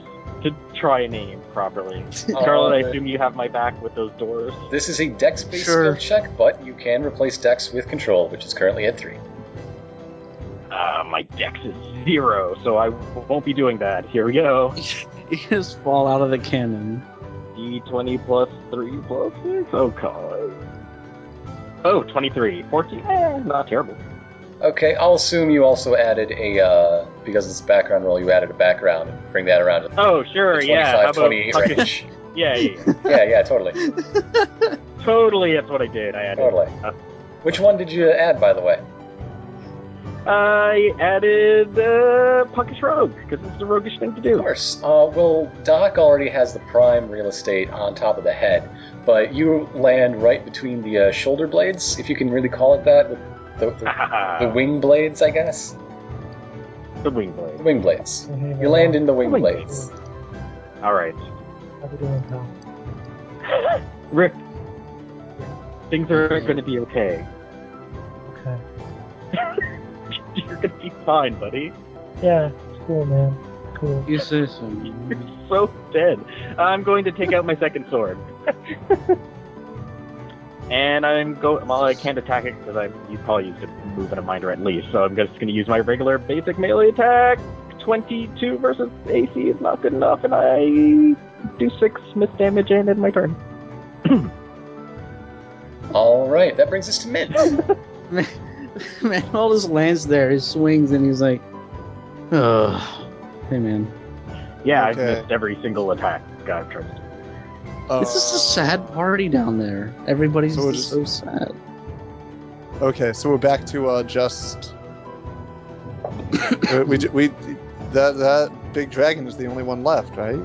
S8: To try and aim properly. Scarlet, I
S3: Uh,
S8: assume you have my back with those doors.
S3: This is a dex-based
S1: Sure.
S3: skill check, but you can replace dex with control, which is currently at three.
S8: Uh, my dex is zero, so I won't be doing that. Here we go.
S1: You just fall out of the cannon.
S8: D20 plus 3 plus 6? Oh, God. Oh, 23. 14. Eh, not terrible.
S3: Okay, I'll assume you also added a uh, because it's a background roll. You added a background and bring that around to the
S8: Oh, sure, yeah. How
S3: 25,
S8: about
S3: 28
S8: fucking-
S3: range.
S8: Yeah, yeah, yeah.
S3: yeah, yeah,
S2: [laughs]
S3: totally,
S8: totally, that's what I did. I added.
S3: totally. Which one did you add, by the way?
S8: I added uh, Punkish Rogue, because it's the roguish thing to
S3: Of
S8: do.
S3: course. Uh, well, Doc already has the prime real estate on top of the head, but you land right between the uh, shoulder blades, if you can really call it that, with the, the,
S2: [laughs]
S3: the wing blades, I guess.
S8: the wing
S3: The
S8: blade.
S3: wing blades.
S7: mhm,
S3: You land in the wing
S8: wing
S3: blades.
S8: All right.
S7: How we doing now?
S8: Rip. Things are going to be okay.
S7: Okay.
S8: You're going to be fine, buddy.
S7: Yeah. It's cool, man. It's cool.
S1: You say so. [laughs]
S8: so dead. I'm going to take out my second sword. [laughs] and I'm go. Well, I can't attack it because I'm. You probably used a move and a minder at least. So I'm just going to use my regular basic melee attack. 22 versus AC is not good enough, and I do six miss damage and end my turn.
S3: All right, that brings us to Mint.
S1: Manuel just lands there. He swings and he's like, "Ugh, hey man,
S2: Okay.
S8: Yeah, I've missed every single attack. God, trust me.
S1: this is a sad party down there. Everybody's
S2: Oh. So we're
S1: just
S2: just-
S1: so sad."
S2: Okay, so we're back to uh, just [coughs] we, we we that that big dragon is the only one left, right?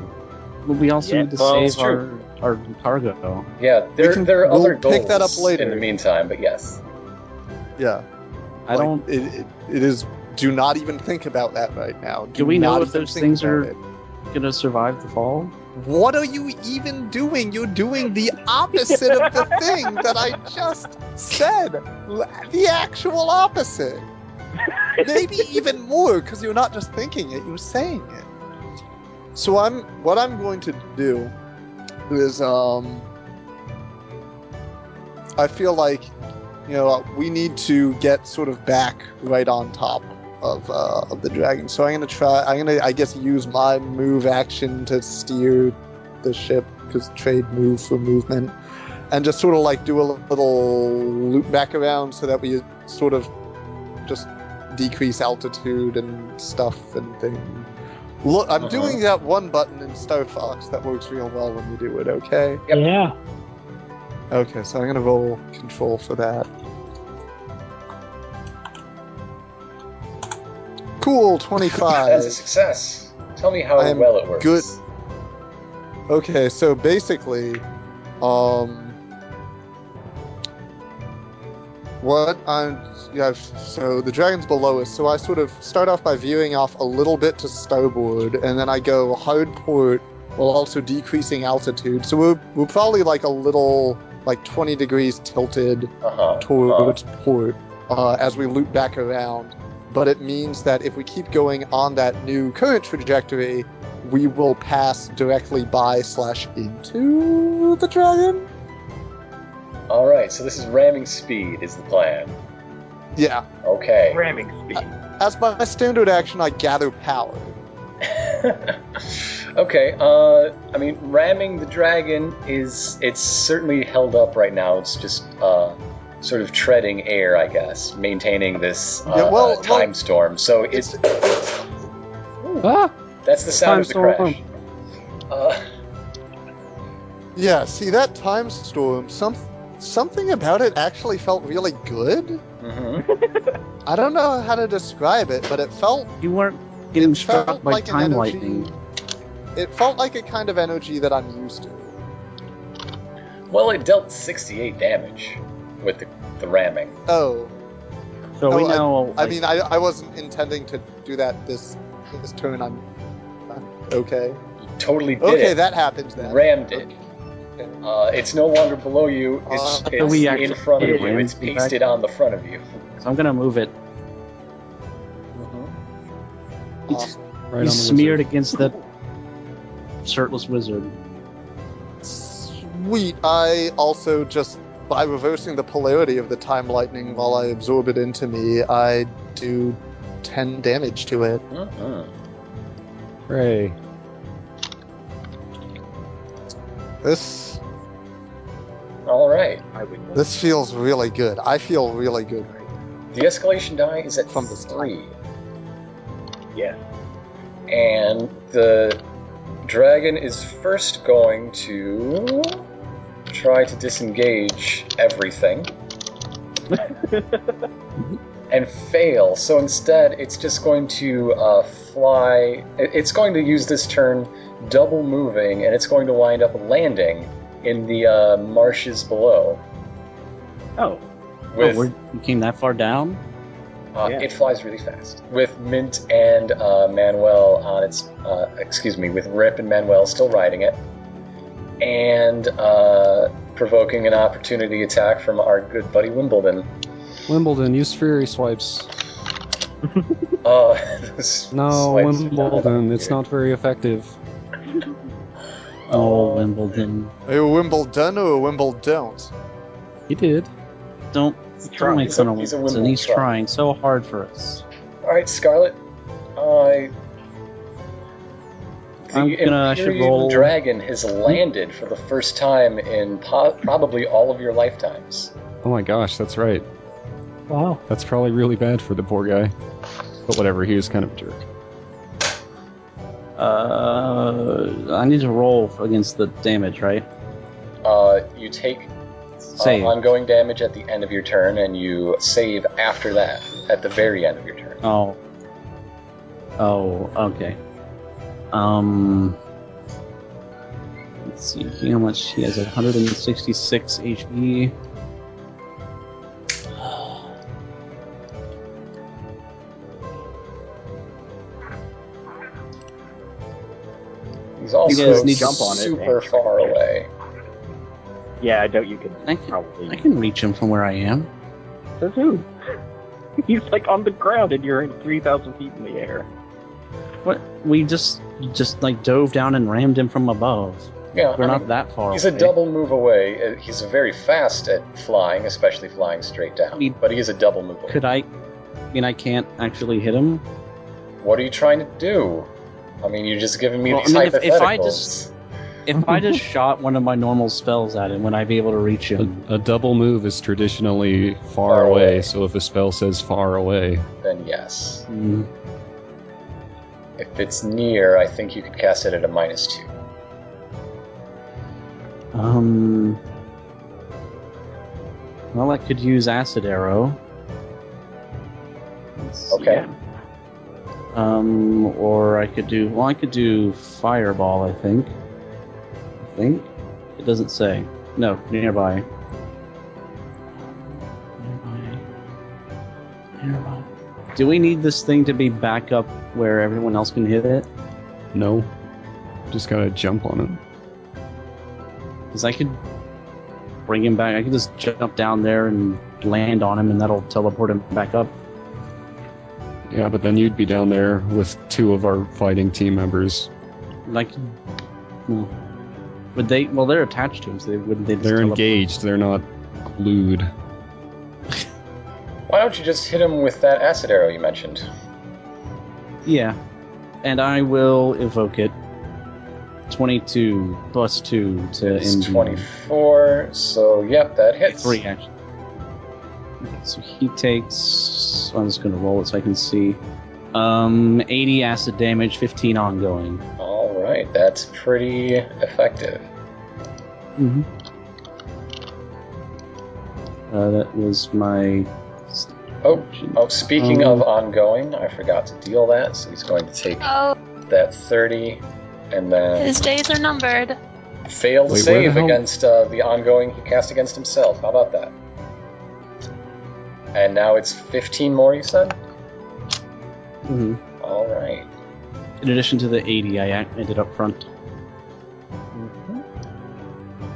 S1: we also
S4: Yeah,
S1: need to
S4: well,
S1: save
S4: it's
S1: our, our cargo.
S3: Yeah, there,
S2: can-
S3: there are
S2: we'll
S3: other goals
S2: pick that up later.
S3: in the meantime, but yes.
S2: Yeah,
S1: I
S2: like,
S1: don't.
S2: It, it, it is. Do not even think about that right now. Do,
S1: we know
S2: not
S1: if
S2: even
S1: those
S2: think
S1: things
S2: about
S1: are-
S2: it.
S1: Gonna survive the fall?
S2: What are you even doing? You're doing the opposite
S1: [laughs]
S2: of the thing that I just said. L- The actual opposite.
S1: [laughs]
S2: Maybe even more, because you're not just thinking it, you're saying it. So I'm what I'm going to do is um I feel like you know we need to get sort of back right on top of uh, of the dragon. So I'm gonna try. I'm gonna I guess use my move action to steer the ship because trade move for movement, and just sort of like do a little loop back around so that we sort of just decrease altitude and stuff and thing. Look, I'm
S3: Uh-huh.
S2: doing that one button in Star Fox that works real well when you do it. Okay.
S3: Yep.
S7: Yeah.
S2: Okay, so I'm gonna roll control for that. Cool,
S3: That's a [laughs]
S2: 25.
S3: success. Tell me how
S2: I'm
S3: well it works.
S2: good. okay, so basically, um, what I'm, yeah, I've- so the dragon's below us. So I sort of start off by veering off a little bit to starboard, and then I go hard port while also decreasing altitude. So we're we're probably like a little like 20 degrees tilted
S3: Uh-huh. Uh,
S2: towards port uh, as we loop back around. But it means that if we keep going on that new current trajectory, we will pass directly by slash into the dragon.
S3: all right, so this is ramming speed is the plan.
S2: Yeah.
S3: Okay.
S4: Ramming speed.
S2: As my standard action, I gather power.
S3: [laughs] okay. Uh, I mean, ramming the dragon is it's certainly held up right now. It's just uh, sort of treading air, I guess, maintaining this uh,
S2: Yeah, well,
S3: uh, time
S2: like-
S3: storm. So it's
S6: Ah!
S3: that's the sound of the
S6: Time storm.
S3: crash. Uh,
S2: Yeah. See that time storm. Some something about it actually felt really good.
S3: mhm.
S2: I don't know how to describe it, but it felt
S1: You weren't getting
S2: It felt
S1: struck by
S2: like an
S1: time
S2: energy-
S1: lightning.
S2: it felt like a kind of energy that I'm used to.
S3: Well, it dealt 68 damage with the, the ramming.
S2: Oh,
S1: So we
S2: Oh, I-
S1: know.
S2: I
S1: like,
S2: mean, I, I wasn't intending to do that this this turn. I'm, I'm okay.
S3: You totally did
S2: Okay,
S3: it.
S2: that happens then.
S3: rammed it. Uh, it's no longer below you. It's,
S2: Uh,
S3: it's
S1: we
S3: in
S1: actually-
S3: front of you.
S1: rammed
S3: It's
S1: it back.
S3: pasted on the front of you.
S1: so I'm gonna move it. Mm-hmm.
S2: Awesome.
S6: Right on the
S1: He's smeared
S6: wizard.
S1: against the shirtless wizard.
S2: Sweet. I also just by reversing the polarity of the time lightning while I absorb it into me, I do ten damage to it.
S1: Mm-hmm.
S3: Mhm.
S6: Hooray.
S2: This
S3: All right.
S4: I would know.
S2: this feels really good. I feel really good right now.
S3: The escalation die is at
S2: From the
S3: three,
S4: Yes.
S3: and the dragon is first going to try to disengage everything and fail. So instead, it's just going to uh, fly. it- It's going to use this turn double moving, and it's going to wind up landing in the uh, marshes below.
S4: Oh,
S3: With
S1: Oh, we're, you came that far down?
S3: Uh,
S4: Yeah.
S3: It flies really fast. With Mint and uh, Manuel on its, uh, excuse me, with Rip and Manuel still riding it, and uh, provoking an opportunity attack from our good buddy Wimbledon.
S6: Wimbledon, use Fury Swipes.
S3: Uh, [laughs]
S6: No,
S3: swipes are not
S6: Wimbledon, it's
S3: here.
S6: not very effective.
S1: Oh,
S3: Uh,
S1: Wimbledon.
S2: Are you a Wimbledon or a Wimbledon?
S6: He did.
S1: Don't.
S4: trying.
S1: Don't make
S3: He's
S1: fun
S3: a-
S1: of
S3: he's a
S1: Wimbledon. and He's
S3: Wimbledon.
S1: trying so hard for us.
S3: All right, Scarlet. I. The
S1: I'm gonna- I should
S3: Imperial
S1: roll-
S3: Dragon has landed for the first time in po- probably all of your lifetimes.
S6: Oh my gosh, that's right.
S7: Wow.
S6: That's probably really bad for the poor guy. But whatever, he was kind of a jerk.
S1: Uh, I need to roll against the damage, right?
S3: Uh, you take uh,
S1: Save.
S3: ongoing damage at the end of your turn, and you save after that at the very end of your turn.
S1: Oh. Oh, okay. Um. Let's see how much he has 166 HP.
S3: He's also
S1: guys need to
S8: jump on it
S3: super
S8: and-
S3: far away.
S8: Yeah, I doubt you could
S1: I can,
S8: probably.
S1: I can reach him from where I am.
S8: Says
S4: [laughs]
S8: who? He's like on the ground and you're in 3,000 feet in the air.
S1: What? We just just like dove down and rammed him from above.
S3: Yeah,
S1: We're
S3: I
S1: not
S3: mean,
S1: that far.
S3: he's a
S1: away.
S3: double move away. Uh, He's very fast at flying, especially flying straight down.
S1: He-
S3: but he is a double move away.
S1: Could I? I mean, I can't actually hit him.
S3: What are you trying to do? I mean, you're just giving me
S1: Well, I
S3: these
S1: mean, if-
S3: hypotheticals.
S1: if I just- If I just shot one of my normal spells at him, would I be able to reach him?
S6: A, a double move is traditionally far, away,
S3: away.
S6: so if a spell says far away,
S3: Then yes.
S1: Hmm.
S3: If it's near, I think you could cast it at a minus two.
S1: Um. Well, I could use acid arrow. Let's see.
S3: Okay.
S1: Um, or I could do. Well, I could do fireball. I think. I think it doesn't say. No, nearby. Nearby. Nearby. Do we need this thing to be back up where everyone else can hit it?
S6: no. Just gotta jump on it.
S1: Because I could bring him back. I could just jump down there and land on him, and that'll teleport him back up.
S6: Yeah, but then you'd be down there with two of our fighting team members.
S1: And I could. No. Would they? Well, they're attached to him, so they wouldn't. They just
S6: They're
S1: teleport?
S6: engaged, they're not glued.
S3: Why don't you just hit him with that acid arrow you mentioned?
S1: Yeah. And I will evoke it. 22 plus 2 to
S3: It's
S1: end.
S3: 24, so yep, that hits.
S1: 3, actually. Okay, So he takes. I'm just going to roll it so I can see. Um, 80 acid damage, 15 ongoing.
S3: All right, that's pretty effective.
S1: Mm-hmm. Uh, that was my.
S3: Oh, oh speaking of ongoing, I forgot to deal that, so he's going to take
S9: Oh,
S3: that 30 and then
S9: his days are numbered.
S3: fail to
S6: Wait, where
S3: save
S6: the hell-
S3: against uh, the ongoing he cast against himself. How about that? And now it's 15 more, you said?
S1: Mhm.
S6: Mm-hmm.
S3: All right.
S1: In addition to the 80 I ac- I did up front.
S3: Mm-hmm.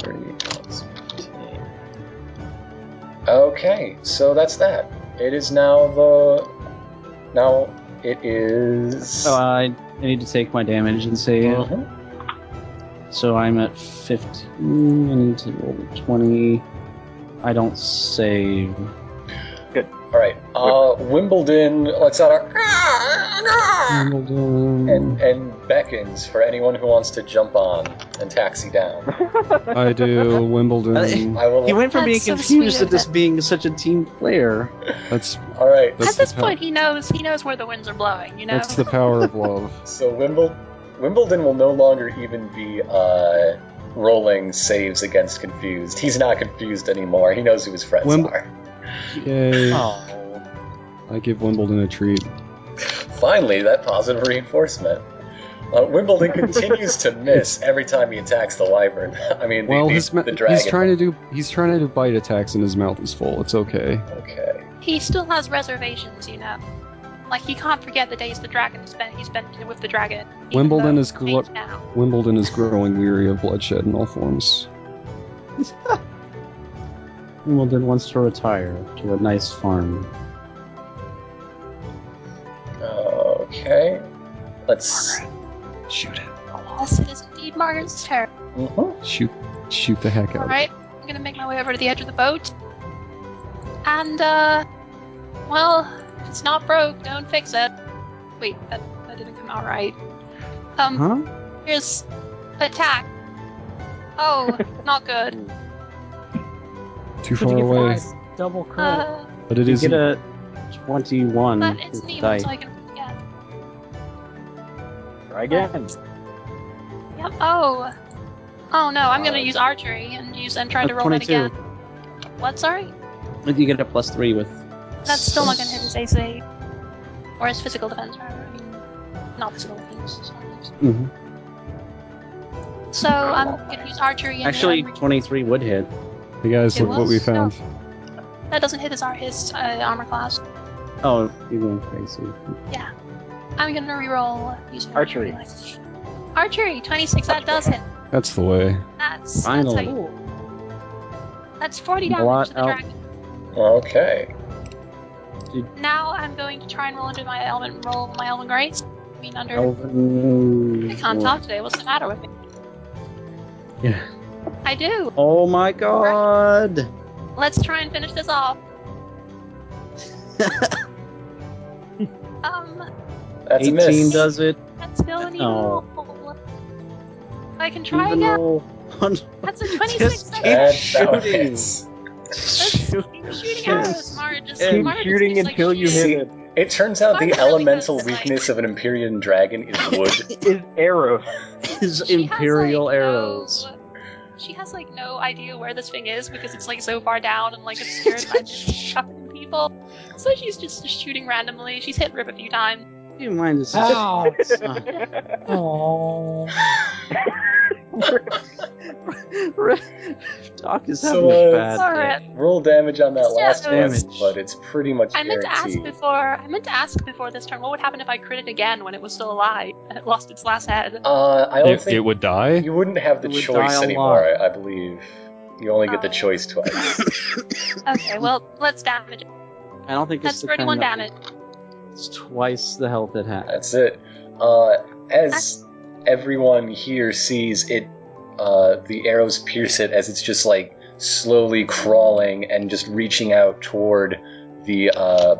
S3: 30 plus 15. Okay, so that's that. It is now the. Now it is.
S1: Oh, I, I need to take my damage and say.
S3: Mhm.
S1: So I'm at 15. I need to roll a 20. I don't save.
S3: All right. Uh, Wimbledon lets out a. And, and beckons for anyone who wants to jump on and taxi
S1: [laughs]
S3: down.
S6: I do Wimbledon.
S3: I will.
S1: He went from
S9: That's
S1: being
S9: so
S1: confused
S9: sweet
S1: to
S9: of
S1: this
S9: him.
S1: being such a team player.
S6: That's
S3: All right.
S6: That's
S9: At
S6: the
S9: this
S6: top.
S9: point, he knows he knows where the winds are blowing. You know.
S6: that's the power of love.
S3: So Wimbledon, Wimbledon will no longer even be uh, rolling saves against confused. He's not confused anymore. He knows who his friends
S6: Wimb-
S3: are.
S6: Yay!
S1: Oh.
S6: I give Wimbledon a treat.
S3: Finally, that positive reinforcement. Uh,
S6: [laughs]
S3: Wimbledon continues to miss every time he attacks the wyvern. [laughs] I mean, the,
S6: Well,
S3: the,
S6: his ma-
S3: the dragon.
S6: he's trying to do he's trying to do bite attacks and his mouth is full. It's okay.
S3: Okay.
S9: He still has reservations, you know. Like he can't forget the days the dragon spent. He spent with the dragon. even
S6: Wimbledon
S9: though
S6: is
S9: it's
S6: glo-
S9: changed now.
S6: Wimbledon is growing weary of bloodshed in all forms.
S1: Wimbledon wants to retire to a nice farm.
S3: Okay. Let's.
S6: Shoot it!
S9: Yes, it is indeed Margaret's turn.
S3: Mhm.
S6: Shoot! Shoot the heck
S9: All
S6: out! of
S9: right, I'm gonna make my way over to the edge of the boat, and uh, well, if it's not broke, don't fix it. Wait, that, that didn't come out right. Um,
S1: Huh?
S9: here's attack. Oh, not good.
S6: it. Too
S10: Could
S6: far
S10: you get
S6: away.
S10: flies? Double crit.
S9: Uh,
S6: But it
S1: You
S6: is
S1: get a 21
S9: but
S1: with
S9: it's an
S1: the
S9: even,
S1: dice.
S9: so I can. Yeah.
S8: Try again.
S9: Yep. Oh. Oh no, I'm gonna
S3: Uh,
S9: use archery and use and try
S1: A
S9: to roll that
S1: 22.
S9: again. What? Sorry.
S1: You get a plus 3 with.
S9: That's still not gonna hit his AC or his
S1: Mm-hmm.
S9: physical defense. rather. I mean, not physical defense. it's not his-
S1: Mhm.
S9: So I'm gonna use archery. And
S1: Actually,
S9: and-
S1: 23 would hit.
S6: Hey guys,
S9: It
S6: look what we
S9: was-
S6: found.
S9: that doesn't hit his, ar- his uh, armor class.
S1: Oh, you're going crazy.
S9: I'm gonna reroll using
S4: Archery.
S9: Archery 26. That does hit.
S6: That's the way.
S9: That's that's, how
S1: Finally.
S9: you- that's 40 damage
S1: Blot
S9: to the
S1: out-
S9: dragon.
S3: Okay.
S9: Now I'm going to try and roll into my elven roll my elven grace. I mean under.
S1: Elven-
S9: I can't talk today. What's the matter with me?
S1: Yeah.
S9: I do.
S1: Oh my god!
S9: Let's try and finish
S1: [laughs]
S9: this off. um,
S3: That's a
S1: 18
S3: miss.
S1: does it.
S9: that's still an even
S1: No.
S9: roll. I can try
S1: even
S9: again.
S1: though- [laughs]
S9: That's a
S1: Just
S9: 26.
S1: keep
S9: That's-
S3: That,
S1: shooting.
S3: that hits.
S9: Keep shooting arrows, Mara. Just
S1: Keep
S9: Mara just
S4: shooting
S9: keeps, like,
S4: until you hit
S9: shooting.
S1: [laughs]
S3: See,
S4: it.
S3: It turns out
S9: I'm
S3: the
S9: really
S3: elemental
S9: good at, like-
S3: weakness of an Empyrean dragon is
S1: [laughs]
S3: wood.
S4: Is arrow.
S1: His
S9: She has,
S1: imperial
S9: like, no-
S1: arrows.
S9: she has like no idea where this thing is because it's like so far down and like it's scared
S1: [laughs]
S9: by chopping people. So she's just shooting randomly. She's hit Rip a few times.
S1: Do you mind this? [laughs]
S7: Ow.
S1: Uh,
S7: Oh. [laughs]
S1: Doc is having
S3: So,
S1: a
S3: uh,
S1: bad
S9: All
S1: day.
S9: right.
S3: Roll damage on that last
S9: Yeah,
S3: one,
S1: damage.
S3: but it's pretty much
S9: I meant to ask
S3: guaranteed.
S9: before. I meant to ask before this turn. What would happen if I crit it again when it was still alive and it lost its last head?
S3: Uh, I don't
S6: It,
S3: think
S6: it would die?
S3: you wouldn't have the
S1: It would
S3: choice
S1: die a
S3: anymore. I, I believe you only get the
S9: Oh.
S3: choice twice.
S9: Okay, well let's damage it.
S1: I don't think it's
S9: That's
S1: the
S9: 31
S1: kind
S9: damage.
S1: Of, it's twice the health it had.
S3: That's it. Uh, as everyone here sees it, uh, the arrows pierce it as it's just like slowly crawling and just reaching out toward the uh,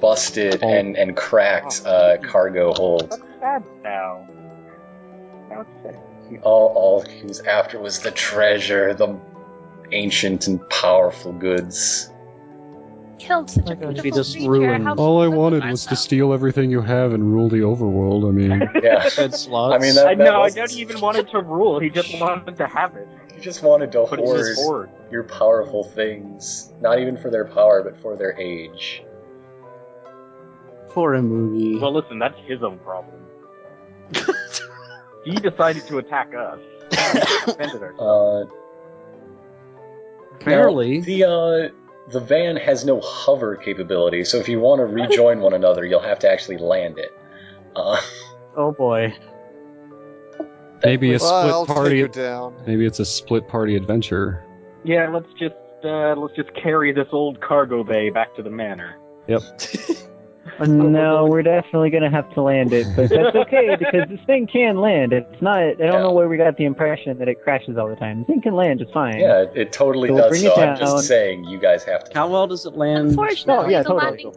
S3: busted and, and cracked uh, cargo hold.
S4: That's sad now. Now it's sad.
S3: All, all he was after was the treasure, the ancient and powerful goods.
S9: Killed such a
S7: Like, if
S9: beautiful
S1: you just
S9: creature.
S1: ruined-
S9: How
S6: All I
S9: could you
S6: wanted
S9: do
S6: was to
S9: myself?
S6: steal everything you have and rule the overworld. I mean,
S3: Yeah.
S1: Fed slots.
S3: I mean, that-
S4: I know. I
S3: wasn't-
S4: don't even want it to rule. He just wanted to have it.
S3: He just wanted to
S4: Put it in his
S3: hoard
S4: hoard.
S3: your powerful things, not even for their power, but for their age.
S1: for a movie.
S4: Well, listen, that's his own problem. he decided to attack us. We defended
S3: [laughs]
S4: ourselves.
S3: Uh,
S1: Barely.
S3: The uh, the van has no hover capability, so if you want to rejoin one another, you'll have to actually land it. Uh,
S1: oh boy.
S6: maybe a
S2: Well, I'll take
S6: split party.
S2: her down.
S6: Maybe it's a split party adventure.
S4: Yeah, let's just uh, let's just carry this old cargo bay back to the manor.
S8: Uh, No, we're definitely gonna have to land it, but
S4: [laughs]
S8: that's okay because this thing can land. It's not. I don't know where we got the impression that it crashes all the time. The thing can land. It's fine.
S3: yeah, it, it totally
S8: So
S3: does.
S8: we'll bring
S3: So
S8: it
S3: I'm
S8: down.
S3: just saying, you guys have to.
S1: How well does it land?
S9: Unfortunately,
S8: Oh, yeah,
S9: the
S8: totally.
S9: landing.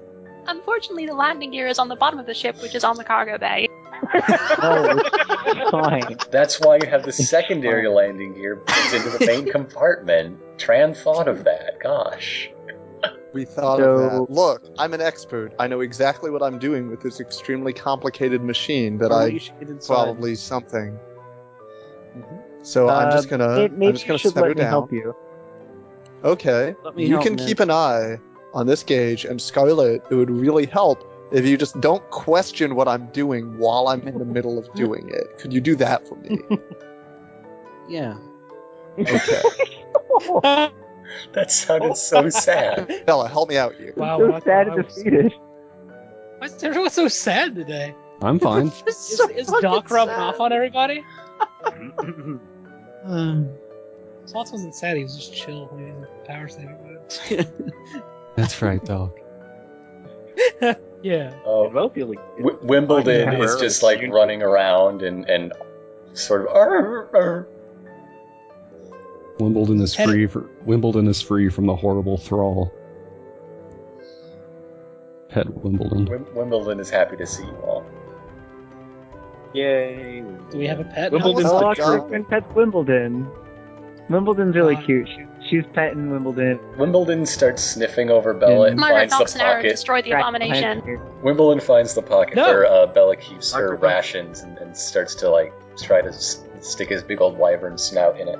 S9: Unfortunately, the landing gear is on the bottom of the ship, which is on the cargo bay.
S8: No, it's fine.
S3: That's why you have the secondary landing gear built into the main compartment. Tran thought of that. Gosh.
S2: We thought of
S8: So-
S2: that. Look, I'm an expert. I know exactly what I'm doing with this extremely complicated machine that
S1: Or
S2: I
S1: you should get inside.
S2: probably something. So I'm just
S8: Uh,
S2: gonna
S8: It, Mm-hmm. maybe
S2: I'm just gonna
S8: you should
S2: set
S8: let
S2: her
S8: me
S2: down.
S8: help you.
S2: Okay.
S1: Let me
S2: You
S1: help,
S2: can
S1: man.
S2: keep an eye on this gauge and Scarlet. It would really help if you just don't question what I'm doing while I'm in the middle of doing it. Could you do that for
S8: [laughs]
S2: me?
S1: Yeah.
S8: [laughs]
S2: Okay.
S3: That sounded so sad.
S8: [laughs]
S2: Bella, help me out here.
S7: Wow.
S8: so
S7: what-
S8: sad
S7: I
S8: and
S7: was-
S8: defeated.
S7: What's everyone's so sad today?
S6: I'm [laughs] fine.
S7: Is, is Doc rubbing off on everybody?
S1: Um,
S7: Slots wasn't sad. He was just chill. He was a power saving. mode.
S6: That's right, Doc.
S7: [laughs] Yeah.
S3: Uh,
S4: well, feeling
S3: w- Wimbledon
S4: Yeah.
S3: is just like running around and, and sort of. "Arr, arr."
S6: Wimbledon is
S7: Head-
S6: free for Wimbledon is free from the horrible thrall. Pet Wimbledon.
S3: Wim- Wimbledon is happy to see you all.
S4: yay.
S7: Do we have a pet?
S4: Wimbledon's
S2: Oh,
S4: the
S2: God.
S4: truth.
S8: Wimbledon pets Wimbledon. Wimbledon's really
S7: Uh,
S8: cute. She, she's petting Wimbledon.
S3: Wimbledon starts sniffing over Bella and
S9: Murder,
S3: finds
S9: Docs,
S3: the
S9: and Arrow
S3: pocket.
S9: destroy the
S8: Crack
S9: abomination.
S8: behind her.
S3: Wimbledon finds the pocket
S7: No.
S3: where uh, Bella keeps her
S4: Doctor Doc.
S3: rations and, and starts to like try to s- stick his big old wyvern snout in it.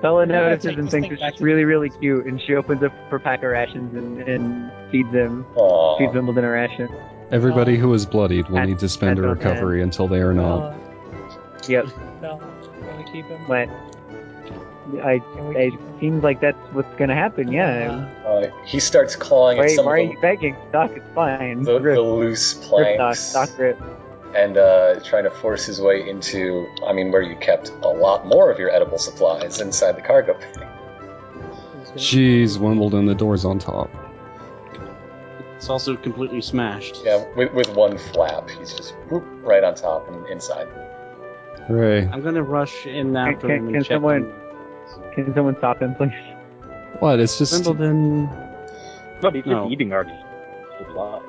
S8: Bella
S7: gotta
S8: notices
S7: take
S8: and
S7: this
S8: thinks
S7: thing
S8: it's
S7: back
S8: just
S7: to-
S8: really, really cute, and she opens up her pack of rations and, and feeds him. Feeds
S3: Aww.
S8: Wimbledon a ration.
S6: Everybody
S7: Uh,
S6: who is bloodied will
S8: Pet-
S6: need to spend a
S8: Pet Wimbledon.
S6: recovery until they are not.
S7: Uh,
S8: Yep.
S7: No, can we keep him?
S8: But I,
S7: Can we
S8: it
S7: keep him?
S8: seems like that's what's gonna happen. Yeah.
S3: Uh, he starts clawing at
S8: Why,
S3: some
S8: why are
S3: of
S8: you begging? Doc is fine.
S3: the, the,
S8: Rip,
S3: the loose
S8: rip, Doc,
S3: planks
S8: Doc, rip.
S3: and uh, trying to force his way into, I mean, where you kept a lot more of your edible supplies inside the cargo bay.
S6: Jeez, Wimbledon, the door's on top.
S5: It's also completely smashed.
S3: Yeah, with, with one flap, he's just whoop, right on top and inside.
S6: Hooray.
S5: I'm gonna rush in after
S8: can-
S5: him and
S8: can
S5: check.
S8: someone-
S5: him.
S8: Can someone stop him, please?
S6: What? It's just.
S5: Wimbledon.
S4: But he's
S5: No.
S4: just eating our supply.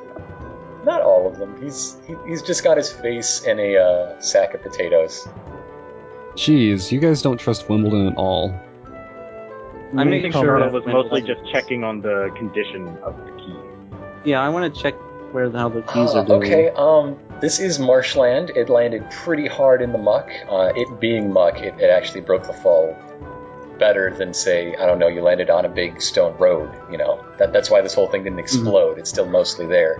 S3: Not all of them. He's he, he's just got his face in a uh, sack of potatoes.
S6: Jeez, you guys don't trust Wimbledon at all.
S5: I'm
S1: Mm-hmm.
S5: making sure
S4: Colorado
S5: that
S4: was mostly
S5: Wimbledon-
S4: just checking on the condition of the key.
S5: Yeah, I want to check where the, how the keys [gasps]
S3: Ah,
S5: are doing.
S3: okay, um, this is marshland. It landed pretty hard in the muck. Uh, it being muck, it, it actually broke the fall better than say I don't know. You landed on a big stone road. You know that that's why this whole thing didn't
S5: Mm-hmm.
S3: explode. It's still mostly there.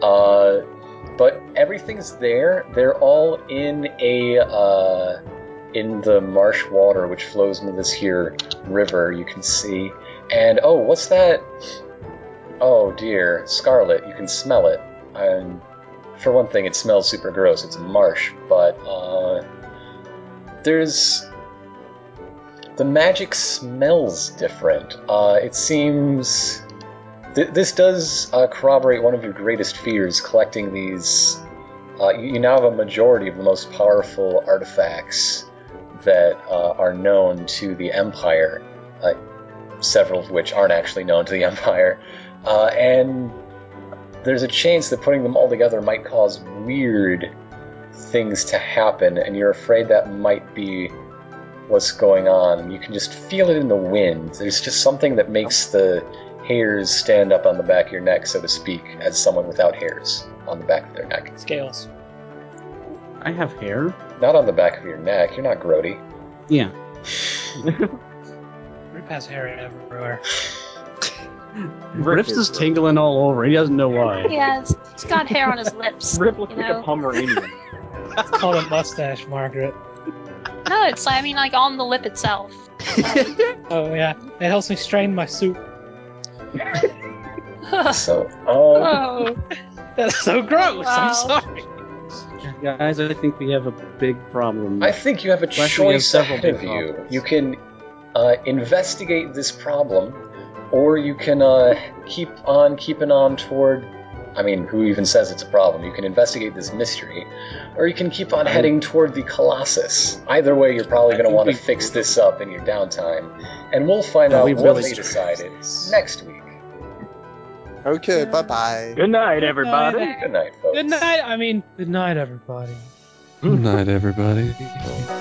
S3: Uh, but everything's there. They're all in a uh, in the marsh water which flows into this here river. You can see. And oh, what's that? Oh dear, scarlet. You can smell it. And for one thing, it smells super gross. It's marsh, but uh, there's the magic smells different. Uh, it seems th- this does uh, corroborate one of your greatest fears: collecting these. Uh, you, you now have a majority of the most powerful artifacts that uh, are known to the Empire, uh, several of which aren't actually known to the [laughs] Empire, uh, and there's a chance that putting them all together might cause weird things to happen, and you're afraid that might be what's going on. You can just feel it in the wind. There's just something that makes the hairs stand up on the back of your neck, so to speak, as someone without hairs on the back of their neck.
S7: Scales.
S5: I have hair.
S3: Not on the back of your neck, you're not grody.
S5: Yeah.
S7: Rip has hair everywhere.
S5: Rips is tingling all over. He doesn't know why.
S9: Yeah, it's, it's got hair on his lips.
S4: Rip looks
S9: You
S4: like
S9: know.
S4: a Pomeranian.
S7: It's called a mustache, Margaret.
S9: No, it's I mean like on the lip itself. [laughs]
S7: Oh yeah, it helps me strain my soup. [laughs]
S3: So, um,
S9: oh,
S7: That's so gross.
S9: Wow.
S7: I'm sorry.
S5: [laughs] Guys, I think we have a big problem.
S3: I think you have a
S5: Leslie has
S3: choice
S5: several
S3: ahead of
S5: big
S3: you.
S5: problems.
S3: You can uh, investigate this problem, or you can uh, keep on keeping on toward. I mean, who even says it's a problem? You can investigate this mystery, or you can keep on heading toward the Colossus. Either way, you're probably
S5: I
S3: going to
S5: think
S3: want to
S5: we-
S3: fix this up in your downtime, and we'll find
S5: No,
S3: out
S5: we
S3: what
S5: really
S3: they
S5: should.
S3: decided next week.
S2: Okay,
S9: Yeah.
S2: bye bye.
S4: Good night, everybody.
S3: Good night, folks.
S7: Good night. I mean, good night, everybody.
S6: Good night, everybody.